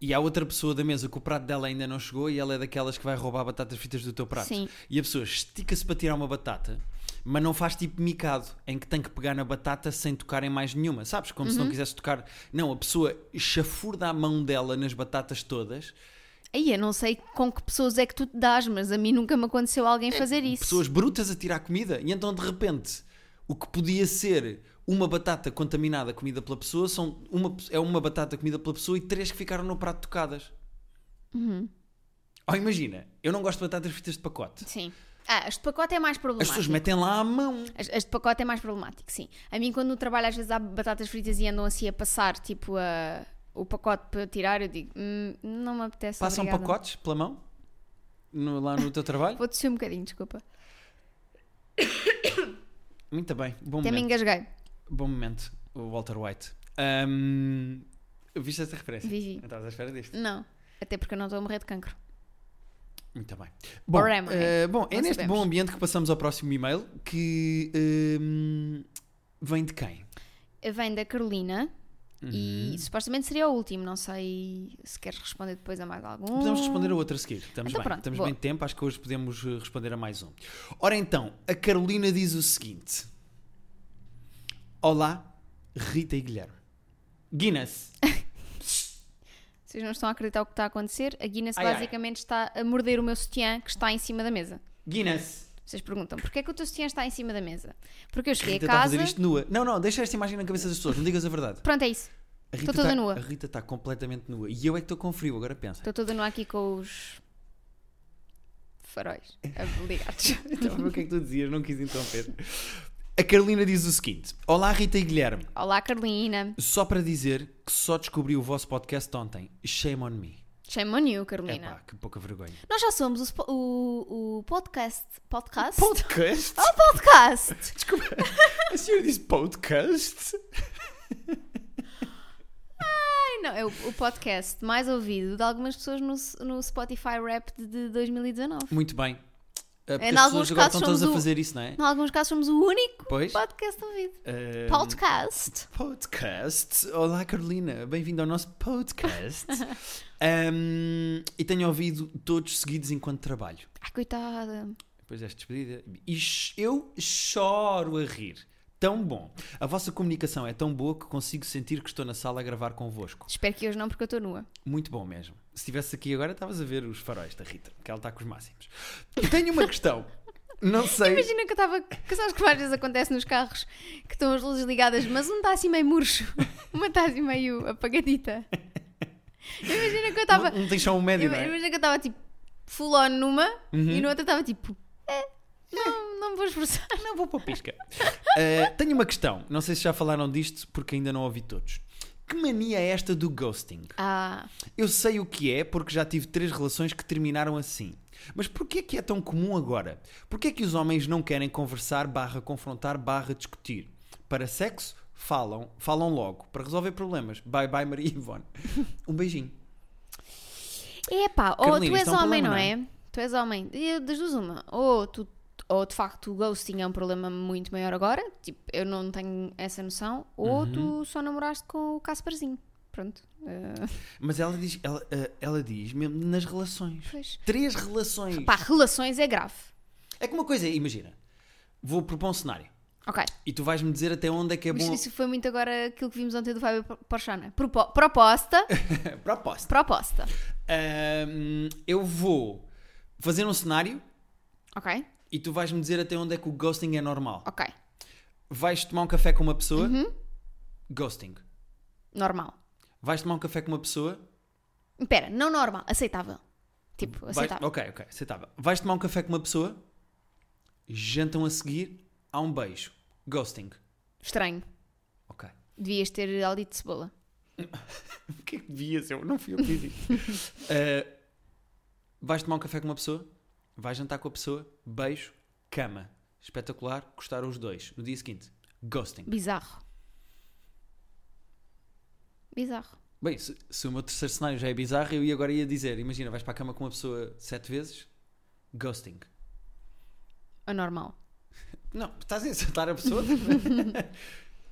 Speaker 1: E há outra pessoa da mesa que o prato dela ainda não chegou e ela é daquelas que vai roubar batatas fritas do teu prato.
Speaker 2: Sim.
Speaker 1: E a pessoa estica-se para tirar uma batata, mas não faz tipo micado, em que tem que pegar na batata sem tocar em mais nenhuma, sabes? Como se não quisesse tocar. Não, a pessoa chafurda a mão dela nas batatas todas.
Speaker 2: Aí eu não sei com que pessoas é que tu te dás, mas a mim nunca me aconteceu alguém fazer isso.
Speaker 1: É, pessoas brutas a tirar comida e então de repente o que podia ser uma batata contaminada comida pela pessoa são uma, é uma batata comida pela pessoa e três que ficaram no prato tocadas.
Speaker 2: Uhum.
Speaker 1: Oh, imagina, eu não gosto de batatas fritas de pacote.
Speaker 2: Sim. Ah, este pacote é mais
Speaker 1: As
Speaker 2: problemático.
Speaker 1: pessoas metem lá a mão.
Speaker 2: As- Este pacote é mais problemático, sim. A mim, quando no trabalho, às vezes há batatas fritas e andam assim a passar, tipo, a- o pacote para eu tirar, eu digo, "Hum, não me apetece.
Speaker 1: Passam
Speaker 2: obrigada."
Speaker 1: pacotes pela mão no- lá no teu trabalho.
Speaker 2: Vou descer um bocadinho, desculpa.
Speaker 1: Muito bem, bom
Speaker 2: Até me
Speaker 1: momento.
Speaker 2: engasguei.
Speaker 1: Bom momento, o Walter White. Ahm, viste essa referência?
Speaker 2: Vi, vi.
Speaker 1: Não estavas à espera disto.
Speaker 2: Não. Até porque eu não estou a morrer de cancro.
Speaker 1: Muito bem. Bom,
Speaker 2: Or am I?
Speaker 1: eh, bom é
Speaker 2: Não
Speaker 1: neste
Speaker 2: sabemos.
Speaker 1: bom ambiente que passamos ao próximo e-mail que ehm, vem de quem?
Speaker 2: Vem da Carolina
Speaker 1: Uhum.
Speaker 2: e supostamente seria o último. Não sei se queres responder depois a mais algum.
Speaker 1: Podemos responder a outro a seguir. Estamos
Speaker 2: Hum. Então
Speaker 1: bem.
Speaker 2: pronto,
Speaker 1: Estamos
Speaker 2: boa.
Speaker 1: bem de tempo, acho que hoje podemos eh, responder a mais um. Ora então, a Carolina diz o seguinte: Olá, Rita e Guilherme. Guinness.
Speaker 2: Vocês não estão a acreditar o que está a acontecer. A Guinness
Speaker 1: Ai, ai.
Speaker 2: basicamente está a morder o meu sutiã que está em cima da mesa.
Speaker 1: Guinness.
Speaker 2: Vocês perguntam, porquê é que o teu sutiã está em cima da mesa? Porque eu cheguei
Speaker 1: Rita
Speaker 2: é a
Speaker 1: está a
Speaker 2: casa...
Speaker 1: fazer isto nua. Não, não, deixa esta imagem na cabeça das pessoas, não digas a verdade.
Speaker 2: Pronto, é isso.
Speaker 1: A
Speaker 2: Estou
Speaker 1: Rita
Speaker 2: toda
Speaker 1: está-
Speaker 2: nua.
Speaker 1: A Rita está completamente nua. E eu é que estou com frio, agora pensa.
Speaker 2: Estou toda nua aqui com os faróis ligados.
Speaker 1: Estava a ver o que é que tu dizias, não quis interromper. A Carolina diz o seguinte: Olá, Rita e Guilherme.
Speaker 2: Olá, Carolina.
Speaker 1: Só para dizer que só descobri o vosso podcast ontem. Shame on me.
Speaker 2: Shame on you, Carolina.
Speaker 1: Epá, que pouca vergonha.
Speaker 2: Nós já somos o, spo- o, o podcast. Podcast?
Speaker 1: Podcast?
Speaker 2: Oh, podcast!
Speaker 1: Ah, Desculpa. A senhora disse podcast?
Speaker 2: Ai, não, é o, o podcast mais ouvido de algumas pessoas no, no Spotify Rap de 2019.
Speaker 1: Muito bem. É, Porque
Speaker 2: Em
Speaker 1: as
Speaker 2: alguns
Speaker 1: pessoas agora
Speaker 2: casos
Speaker 1: estão todas a
Speaker 2: somos o-
Speaker 1: fazer isso, não é?
Speaker 2: Em alguns casos somos o único
Speaker 1: Pois. Ah,
Speaker 2: podcast ouvido.
Speaker 1: Ahm,
Speaker 2: Podcast.
Speaker 1: Podcast. Olá, Carolina. Bem-vindo ao nosso podcast. Ahm, e tenho ouvido todos seguidos enquanto trabalho.
Speaker 2: Ai, coitada.
Speaker 1: Depois desta despedida. E ch- eu choro a rir. Tão bom. A vossa comunicação é tão boa que consigo sentir que estou na sala a gravar convosco.
Speaker 2: Espero que hoje não, porque eu estou nua.
Speaker 1: Muito bom mesmo. Se estivesse aqui agora, estavas a ver os faróis da Rita, que ela está com os máximos. E tenho uma questão. Não sei.
Speaker 2: Imagina que eu estava. Que sabes que às vezes acontece nos carros que estão as luzes ligadas, mas um está assim meio murcho, uma está assim meio apagadita. Imagina que eu estava.
Speaker 1: Não, não tens só um médio, não é? Uhum.
Speaker 2: Imagina que eu estava tipo full on numa e no outro estava tipo. "Eh, não, não me vou esforçar.
Speaker 1: Não vou para o pisca. Ah, tenho uma questão. Não sei se já falaram disto, porque ainda não ouvi todos. Que mania é esta do ghosting?
Speaker 2: Ah,
Speaker 1: Eu sei o que é porque já tive três relações que terminaram assim. Mas porquê que é tão comum agora? Porquê que os homens não querem conversar, barra confrontar, barra discutir? Para sexo, falam, falam logo. Para resolver problemas, bye bye Maria Ivone. Um beijinho.
Speaker 2: é pá, ou
Speaker 1: Carolina,
Speaker 2: tu és
Speaker 1: isto é um
Speaker 2: homem,
Speaker 1: problema,
Speaker 2: não é? Tu és homem. E Das duas, uma. Ou tu. Ou de facto o ghosting é um problema muito maior agora, tipo, eu não tenho essa noção, ou
Speaker 1: Uhum.
Speaker 2: tu só namoraste com o Casparzinho. Pronto. eh,
Speaker 1: Mas ela diz, ela, ah, ela diz mesmo nas relações.
Speaker 2: Pois.
Speaker 1: Três relações.
Speaker 2: Pá, relações é grave.
Speaker 1: É que uma coisa, é, imagina. Vou propor um cenário.
Speaker 2: Ok.
Speaker 1: E tu vais-me dizer até onde é que é
Speaker 2: Mas
Speaker 1: bom.
Speaker 2: isso foi muito agora aquilo que vimos ontem do Fábio Porchana. é? Propo- proposta.
Speaker 1: Proposta.
Speaker 2: proposta.
Speaker 1: Ahm, eu vou fazer um cenário
Speaker 2: Ok?
Speaker 1: E tu vais-me dizer até onde é que o ghosting é normal.
Speaker 2: Ok.
Speaker 1: Vais tomar um café com uma pessoa, ghosting.
Speaker 2: Normal.
Speaker 1: Vais tomar um café com uma pessoa,
Speaker 2: Espera, não normal. Aceitável. Tipo,
Speaker 1: vais...
Speaker 2: aceitável.
Speaker 1: ok, ok, aceitável. Vais tomar um café com uma pessoa, jantam a seguir, há um beijo, ghosting.
Speaker 2: Estranho.
Speaker 1: Ok.
Speaker 2: Devias ter algo de cebola.
Speaker 1: o que é que devias? Eu não fui eu que fiz isto. Ah, vais tomar um café com uma pessoa, vais jantar com a pessoa, beijo, cama. Espetacular, gostaram os dois. No dia seguinte, ghosting.
Speaker 2: Bizarro. Bizarro.
Speaker 1: Bem, se, se o meu terceiro cenário já é bizarro, eu ia agora ia dizer: imagina, vais para a cama com uma pessoa sete vezes, ghosting.
Speaker 2: Anormal.
Speaker 1: Não, estás a insultar a pessoa?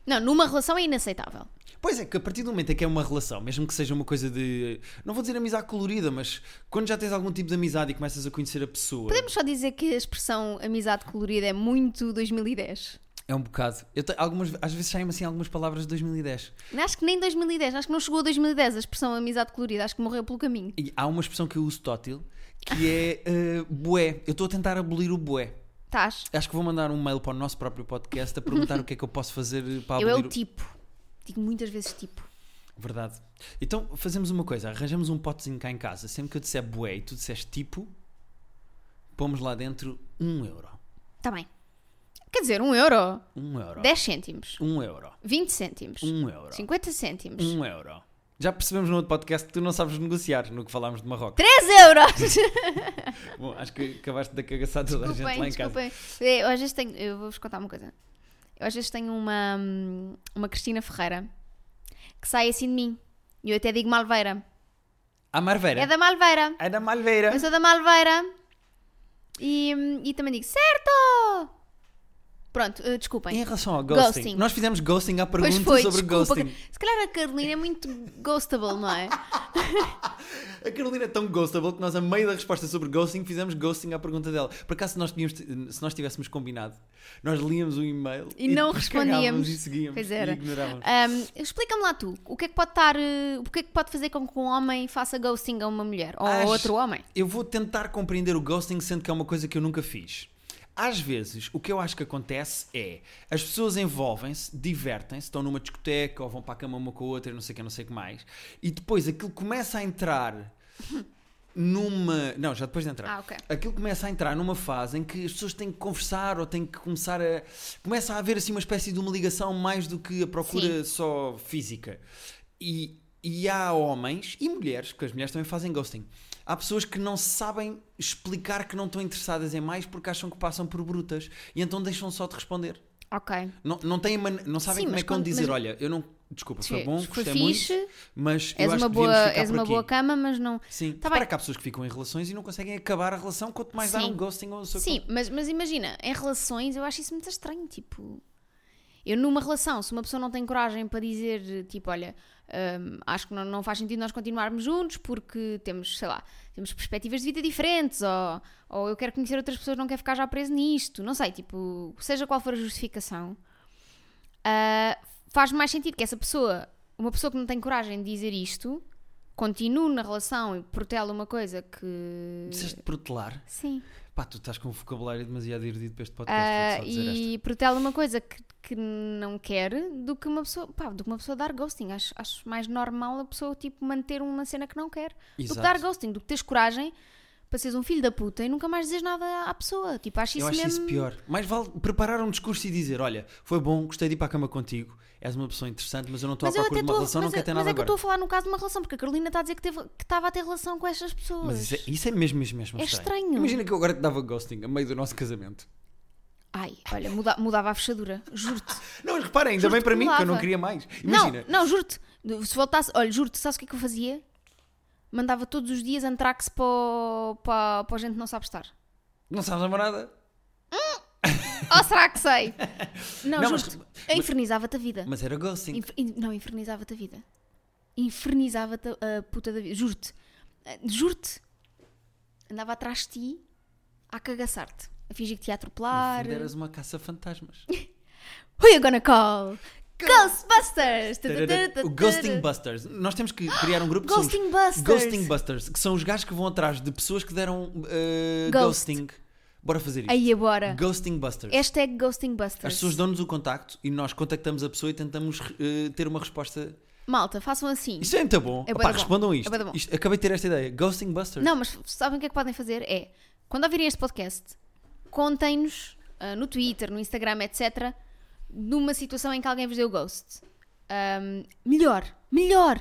Speaker 2: Não, numa relação é inaceitável.
Speaker 1: pois é, que a partir do momento em que é uma relação, mesmo que seja uma coisa de. Não vou dizer amizade colorida, mas quando já tens algum tipo de amizade e começas a conhecer a pessoa.
Speaker 2: Podemos só dizer que a expressão amizade colorida é muito 2010.
Speaker 1: É um bocado. Eu te- algumas, às vezes saem assim algumas palavras de 2010.
Speaker 2: Acho que nem 2010, acho que não chegou a 2010 a expressão amizade colorida, acho que morreu pelo caminho.
Speaker 1: E há uma expressão que eu uso tótil que é eh, bué. Eu estou a tentar abolir o bué.
Speaker 2: Estás?
Speaker 1: Acho que vou mandar um mail para o nosso próprio podcast a perguntar o que é que eu posso fazer para abolir
Speaker 2: Eu é o
Speaker 1: o-
Speaker 2: tipo. Digo muitas vezes tipo.
Speaker 1: Verdade. Então fazemos uma coisa, arranjamos um potezinho cá em casa. Sempre que eu disser bué e tu disseres tipo, pomos lá dentro um euro.
Speaker 2: Está Tá bem. Quer dizer, 1 um euro,
Speaker 1: Um euro.
Speaker 2: 10 cêntimos,
Speaker 1: Um euro.
Speaker 2: 20 cêntimos,
Speaker 1: Um euro.
Speaker 2: 50 cêntimos,
Speaker 1: Um euro. Já percebemos no outro podcast que tu não sabes negociar no que falámos de Marrocos.
Speaker 2: 3 euros!
Speaker 1: Bom, acho que acabaste de cagaçar toda a gente lá em casa.
Speaker 2: desculpem. É, Eu às vezes tenho, eu vou-vos contar uma coisa. Eu às vezes tenho uma, hum, uma Cristina Ferreira que sai assim de mim. E eu até digo Malveira.
Speaker 1: A Marveira.
Speaker 2: É da Malveira.
Speaker 1: É da Malveira.
Speaker 2: Eu sou da Malveira. E, hum, e também digo, certo! Pronto, eh, desculpem.
Speaker 1: Em relação ao ghosting,
Speaker 2: Ghosting.
Speaker 1: nós fizemos ghosting à
Speaker 2: Pois
Speaker 1: pergunta
Speaker 2: foi,
Speaker 1: sobre
Speaker 2: desculpa.
Speaker 1: ghosting.
Speaker 2: Se calhar a Carolina é muito ghostable, não é?
Speaker 1: A Carolina é tão ghostable que nós, a meio da resposta sobre ghosting, fizemos ghosting à pergunta dela. Por acaso, se nós, tínhamos, se nós tivéssemos combinado, nós líamos o e-mail
Speaker 2: E não
Speaker 1: depois cagávamos
Speaker 2: respondíamos.
Speaker 1: E seguíamos.
Speaker 2: Pois era.
Speaker 1: E ignorávamos.
Speaker 2: Hum, Explica-me lá tu, o que é que pode estar, eh, o que é que pode fazer com que um homem faça ghosting a uma mulher ou a
Speaker 1: Acho-
Speaker 2: outro homem?
Speaker 1: Eu vou tentar compreender o ghosting, sendo que é uma coisa que eu nunca fiz. Às vezes, o que eu acho que acontece é as pessoas envolvem-se, divertem-se, estão numa discoteca ou vão para a cama uma com a outra, e não sei o que, não sei o que mais, e depois aquilo começa a entrar numa. Não, já depois de entrar.
Speaker 2: Ah, ok.
Speaker 1: Aquilo começa a entrar numa fase em que as pessoas têm que conversar ou têm que começar a. Começa a haver assim uma espécie de uma ligação mais do que a procura só física. E, e há homens e mulheres, porque as mulheres também fazem ghosting. Há pessoas que não sabem explicar que não estão interessadas em mais porque acham que passam por brutas e então deixam só de responder.
Speaker 2: Ok.
Speaker 1: Não, não, têm man- não sabem
Speaker 2: Sim,
Speaker 1: como
Speaker 2: mas
Speaker 1: é que vão
Speaker 2: quando-
Speaker 1: dizer:
Speaker 2: mas-
Speaker 1: olha, eu não. Desculpa, foi
Speaker 2: Sim,
Speaker 1: bom,
Speaker 2: foi
Speaker 1: gostei
Speaker 2: fixe,
Speaker 1: muito, mas eu
Speaker 2: És
Speaker 1: acho
Speaker 2: uma,
Speaker 1: que
Speaker 2: boa,
Speaker 1: devíamos ficar
Speaker 2: és
Speaker 1: por
Speaker 2: uma
Speaker 1: aqui.
Speaker 2: boa cama, mas não.
Speaker 1: Sim,
Speaker 2: Tá
Speaker 1: repara
Speaker 2: bem.
Speaker 1: que há pessoas que ficam em relações e não conseguem acabar a relação quanto mais dar
Speaker 2: Sim.
Speaker 1: um ghosting ou seu
Speaker 2: Sim, mas, mas imagina, em relações eu acho isso muito estranho. Tipo, eu numa relação, se uma pessoa não tem coragem para dizer, tipo, olha, hum, acho que não, não faz sentido nós continuarmos juntos porque temos, sei lá, temos perspectivas de vida diferentes ou, ou eu quero conhecer outras pessoas, não quero ficar já preso nisto, não sei, tipo, seja qual for a justificação, ah, faz mais sentido que essa pessoa, uma pessoa que não tem coragem de dizer isto, continue na relação e protela uma coisa que.
Speaker 1: Disseste protelar?
Speaker 2: Sim.
Speaker 1: Pá, tu estás com um vocabulário demasiado erudito para este podcast. vou
Speaker 2: Ah,
Speaker 1: só dizer esta.
Speaker 2: e protela uma coisa que, que não quer do que uma pessoa pá, do que uma pessoa dar ghosting acho, acho mais normal a pessoa tipo manter uma cena que não quer do que
Speaker 1: Exato.
Speaker 2: dar ghosting do que teres coragem para seres um filho da puta e nunca mais dizes nada à pessoa tipo acho isso
Speaker 1: Eu acho
Speaker 2: mesmo
Speaker 1: isso pior. Mais vale preparar um discurso e dizer: Olha, foi bom, gostei de ir para a cama contigo, és uma pessoa interessante, mas eu não estou à
Speaker 2: mas eu
Speaker 1: procura
Speaker 2: até
Speaker 1: de uma
Speaker 2: estou a-
Speaker 1: relação, não
Speaker 2: mas,
Speaker 1: quero
Speaker 2: eu-
Speaker 1: ter
Speaker 2: mas
Speaker 1: nada
Speaker 2: é que eu estou
Speaker 1: agora.
Speaker 2: a falar no caso de uma relação porque a Carolina está a dizer que teve- que estava a ter relação com estas pessoas
Speaker 1: Mas isso é, isso é mesmo, mesmo, mesmo
Speaker 2: É estranho.
Speaker 1: Imagina que eu agora te dava ghosting a meio do nosso casamento.
Speaker 2: ai olha muda- mudava a fechadura juro-te
Speaker 1: Não, mas repara, ainda
Speaker 2: Juro-te
Speaker 1: bem para
Speaker 2: que
Speaker 1: mim, que eu não
Speaker 2: mudava.
Speaker 1: queria mais.
Speaker 2: Não,
Speaker 1: Imagina.
Speaker 2: não, juro-te. Se voltasse, olha, juro-te, sabes o que é que eu fazia? Mandava todos os dias antrax para, o- para, para a gente que não sabe estar.
Speaker 1: Não sabes namorada?
Speaker 2: Ou Oh, será que sei? Não,
Speaker 1: Não, mas-
Speaker 2: juro-te.
Speaker 1: mas-
Speaker 2: Infernizava-te a vida.
Speaker 1: Mas era ghosting.
Speaker 2: Infer- in- não, infernizava-te a vida. Infernizava-te a puta da vida. Juro-te. Eh, Juro-te. Andava atrás de ti a cagaçar-te. A fingir que te ia
Speaker 1: No
Speaker 2: atropelar.
Speaker 1: fundo, eras uma caça-fantasmas.
Speaker 2: Who you gonna call? Ghostbusters!
Speaker 1: O Ghosting Busters. Nós temos que criar um grupo que são os
Speaker 2: Ghosting Busters.
Speaker 1: Ghosting Busters, que são os gajos que vão atrás de pessoas que deram uh,
Speaker 2: Ghost. é.
Speaker 1: ghosting. Bora fazer isto.
Speaker 2: Aí agora. é
Speaker 1: Ghosting Busters.
Speaker 2: Hashtag Ghosting Busters.
Speaker 1: As pessoas dão-nos o contacto e nós contactamos a pessoa e tentamos uh, ter uma resposta.
Speaker 2: Malta, façam assim.
Speaker 1: Isto é muito bom.
Speaker 2: É bué
Speaker 1: Opá,
Speaker 2: da bom.
Speaker 1: respondam
Speaker 2: É
Speaker 1: isto.
Speaker 2: bué da bom.
Speaker 1: Isto- Acabei de ter esta ideia. Ghosting Busters.
Speaker 2: Não, mas sabem o que é que podem fazer? É, quando ouvirem este podcast, contem-nos ah, no Twitter, no Instagram, etc., numa situação em que alguém vos deu ghost. ahm, melhor, melhor,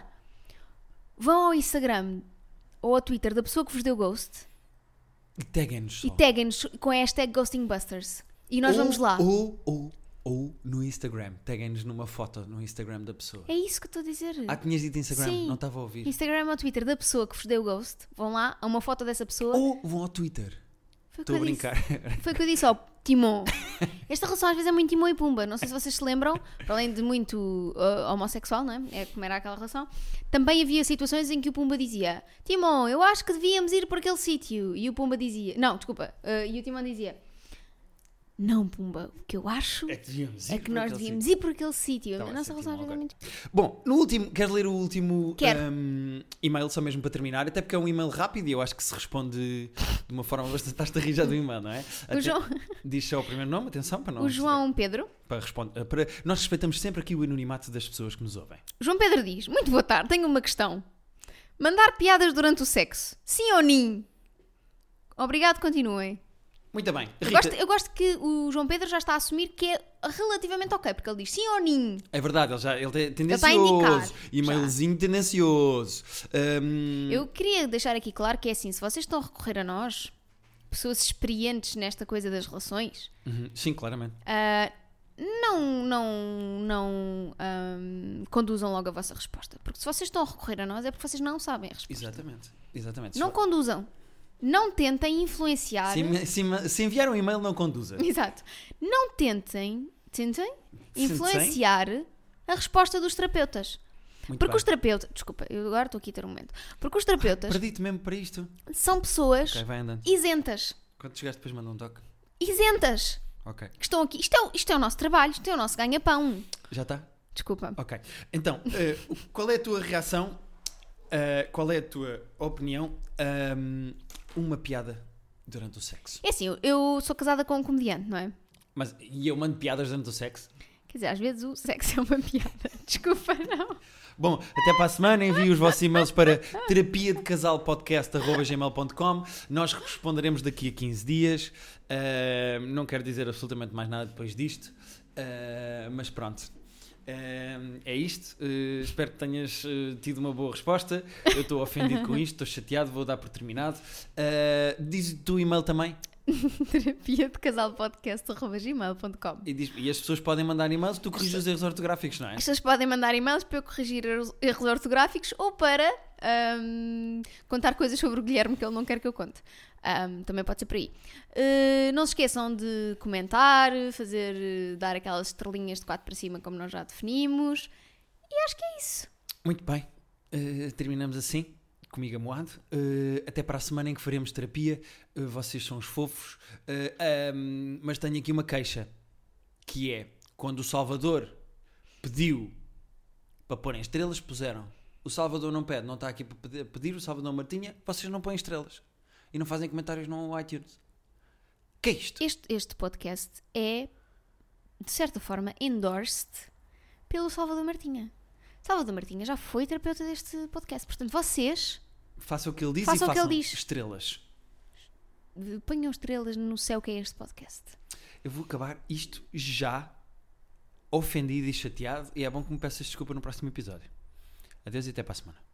Speaker 2: vão ao Instagram ou ao Twitter da pessoa que vos deu ghost
Speaker 1: E taguem-nos só.
Speaker 2: e taguem-nos com a hashtag ghostingbusters. E nós
Speaker 1: Ou-
Speaker 2: vamos lá.
Speaker 1: Ou, ou, ou no Instagram. Taguem-nos numa foto no Instagram da pessoa.
Speaker 2: É isso que eu estou a dizer.
Speaker 1: Ah, tinhas dito Instagram,
Speaker 2: Sim.
Speaker 1: não estava a ouvir.
Speaker 2: Instagram ou Twitter da pessoa que vos deu ghost, vão lá, há uma foto dessa pessoa.
Speaker 1: Ou vão ao Twitter.
Speaker 2: Foi o que
Speaker 1: Estou a
Speaker 2: eu disse.
Speaker 1: brincar.
Speaker 2: Foi o que eu disse ao Timon. Esta relação às vezes é muito Timon e Pumba. Não sei se vocês se lembram, para além de muito uh, homossexual, não é? É como era aquela relação. Também havia situações em que o Pumba dizia: Timon, eu acho que devíamos ir para aquele sítio. E o Pumba dizia: Não, desculpa. uh, e o Timon dizia: Não, Pumba, o que eu acho
Speaker 1: que devíamos
Speaker 2: é que nós devíamos ir para aquele sítio.
Speaker 1: Tá
Speaker 2: A
Speaker 1: bem,
Speaker 2: nossa
Speaker 1: sim,
Speaker 2: relação às
Speaker 1: Timon,
Speaker 2: vezes é
Speaker 1: ok.
Speaker 2: muito.
Speaker 1: Bom, no último, queres ler o último
Speaker 2: Quero.
Speaker 1: hum, e-mail só mesmo para terminar? Até porque é um e-mail rápido e eu acho que se responde de uma forma bastante. Estás-te a rir já do e-mail, não é? Até-
Speaker 2: O João,
Speaker 1: Diz só o primeiro nome, atenção, para nós.
Speaker 2: o João Pedro.
Speaker 1: Para responder, para, nós respeitamos sempre aqui o anonimato das pessoas que nos ouvem.
Speaker 2: João Pedro diz: Muito boa tarde, tenho uma questão. Mandar piadas durante o sexo, sim ou nim? Obrigado, continuem.
Speaker 1: Muito bem.
Speaker 2: Eu
Speaker 1: Rita,
Speaker 2: gosto, eu gosto que o João Pedro já está a assumir que é relativamente ok, porque ele diz sim ou nim.
Speaker 1: É verdade, ele, já, ele é
Speaker 2: está a indicar,
Speaker 1: tendencioso. E-mailzinho tendencioso. Hum,
Speaker 2: Eu queria deixar aqui claro que é assim: se vocês estão a recorrer a nós, pessoas experientes nesta coisa das relações,
Speaker 1: uhum, Sim, claramente.
Speaker 2: ah, não, não, não ahm, conduzam logo a vossa resposta. Porque se vocês estão a recorrer a nós é porque vocês não sabem a resposta.
Speaker 1: Exatamente. Exatamente.
Speaker 2: Não
Speaker 1: Só-
Speaker 2: conduzam. Não tentem influenciar.
Speaker 1: se, em- se em- se enviar um e-mail, não conduza.
Speaker 2: Exato. Não tentem, tentem
Speaker 1: Tentem?
Speaker 2: influenciar a resposta dos terapeutas.
Speaker 1: Muito
Speaker 2: Porque
Speaker 1: bem.
Speaker 2: os terapeutas, desculpa, eu agora estou aqui a ter um momento. Porque os terapeutas
Speaker 1: Perdi-te mesmo para isto.
Speaker 2: são pessoas
Speaker 1: Ok, vai andando.
Speaker 2: isentas.
Speaker 1: Quando chegaste, depois manda um toque.
Speaker 2: Isentas.
Speaker 1: Ok.
Speaker 2: Que estão aqui. Isto é, o- isto é o nosso trabalho, isto é o nosso ganha-pão.
Speaker 1: Já está?
Speaker 2: Desculpa.
Speaker 1: Ok. Então, eh, o- qual é a tua reação? eh, qual é a tua opinião? ahm, uma piada durante o sexo.
Speaker 2: É assim, eu, eu sou casada com um comediante, não é?
Speaker 1: Mas, e eu mando piadas durante o sexo?
Speaker 2: Quer dizer, às vezes o sexo é uma piada. Desculpa, não.
Speaker 1: Bom, até para a semana. Envie os vossos e-mails para terapia de casal podcast.gmail.com. Nós responderemos daqui a 15 dias. Ah, não quero dizer absolutamente mais nada depois disto, Ah, mas pronto. Ah, é isto. Ah, espero que tenhas ah, tido uma boa resposta. Eu estou ofendido com isto, estou chateado, vou dar por terminado. Ah, diz o teu e-mail também.
Speaker 2: Terapia de casal podcast arroba gmail.com.
Speaker 1: E, diz- e as pessoas podem mandar e-mails, tu corriges os erros ortográficos, não é?
Speaker 2: Vocês podem mandar e-mails para eu corrigir erros erros ortográficos ou para ahm, contar coisas sobre o Guilherme que ele não quer que eu conte. Ahm, também pode ser por aí. Eh, não se esqueçam de comentar, fazer, eh, dar aquelas estrelinhas de 4 para cima, como nós já definimos. E acho que é isso.
Speaker 1: Muito bem, Eh, terminamos assim, comigo amoado. Eh, até para a semana em que faremos terapia. Eh, vocês são os fofos. Eh, ahm, mas tenho aqui uma queixa: que é quando o Salvador pediu para porem estrelas, puseram. O Salvador não pede, não está aqui para pedir, pedir, o Salvador Martinha, vocês não põem estrelas. E não fazem comentários no iTunes. Que é isto?
Speaker 2: Este, este podcast é, de certa forma, endorsed pelo Salvador Martinha. Salvador Martinha já foi terapeuta deste podcast. Portanto, vocês
Speaker 1: Faça o que ele diz
Speaker 2: Faça
Speaker 1: e
Speaker 2: o que
Speaker 1: façam
Speaker 2: ele diz.
Speaker 1: estrelas.
Speaker 2: eh, ponham estrelas no céu que é este podcast.
Speaker 1: Eu vou acabar isto já ofendido e chateado e é bom que me peças desculpa no próximo episódio. Adeus e até para a semana.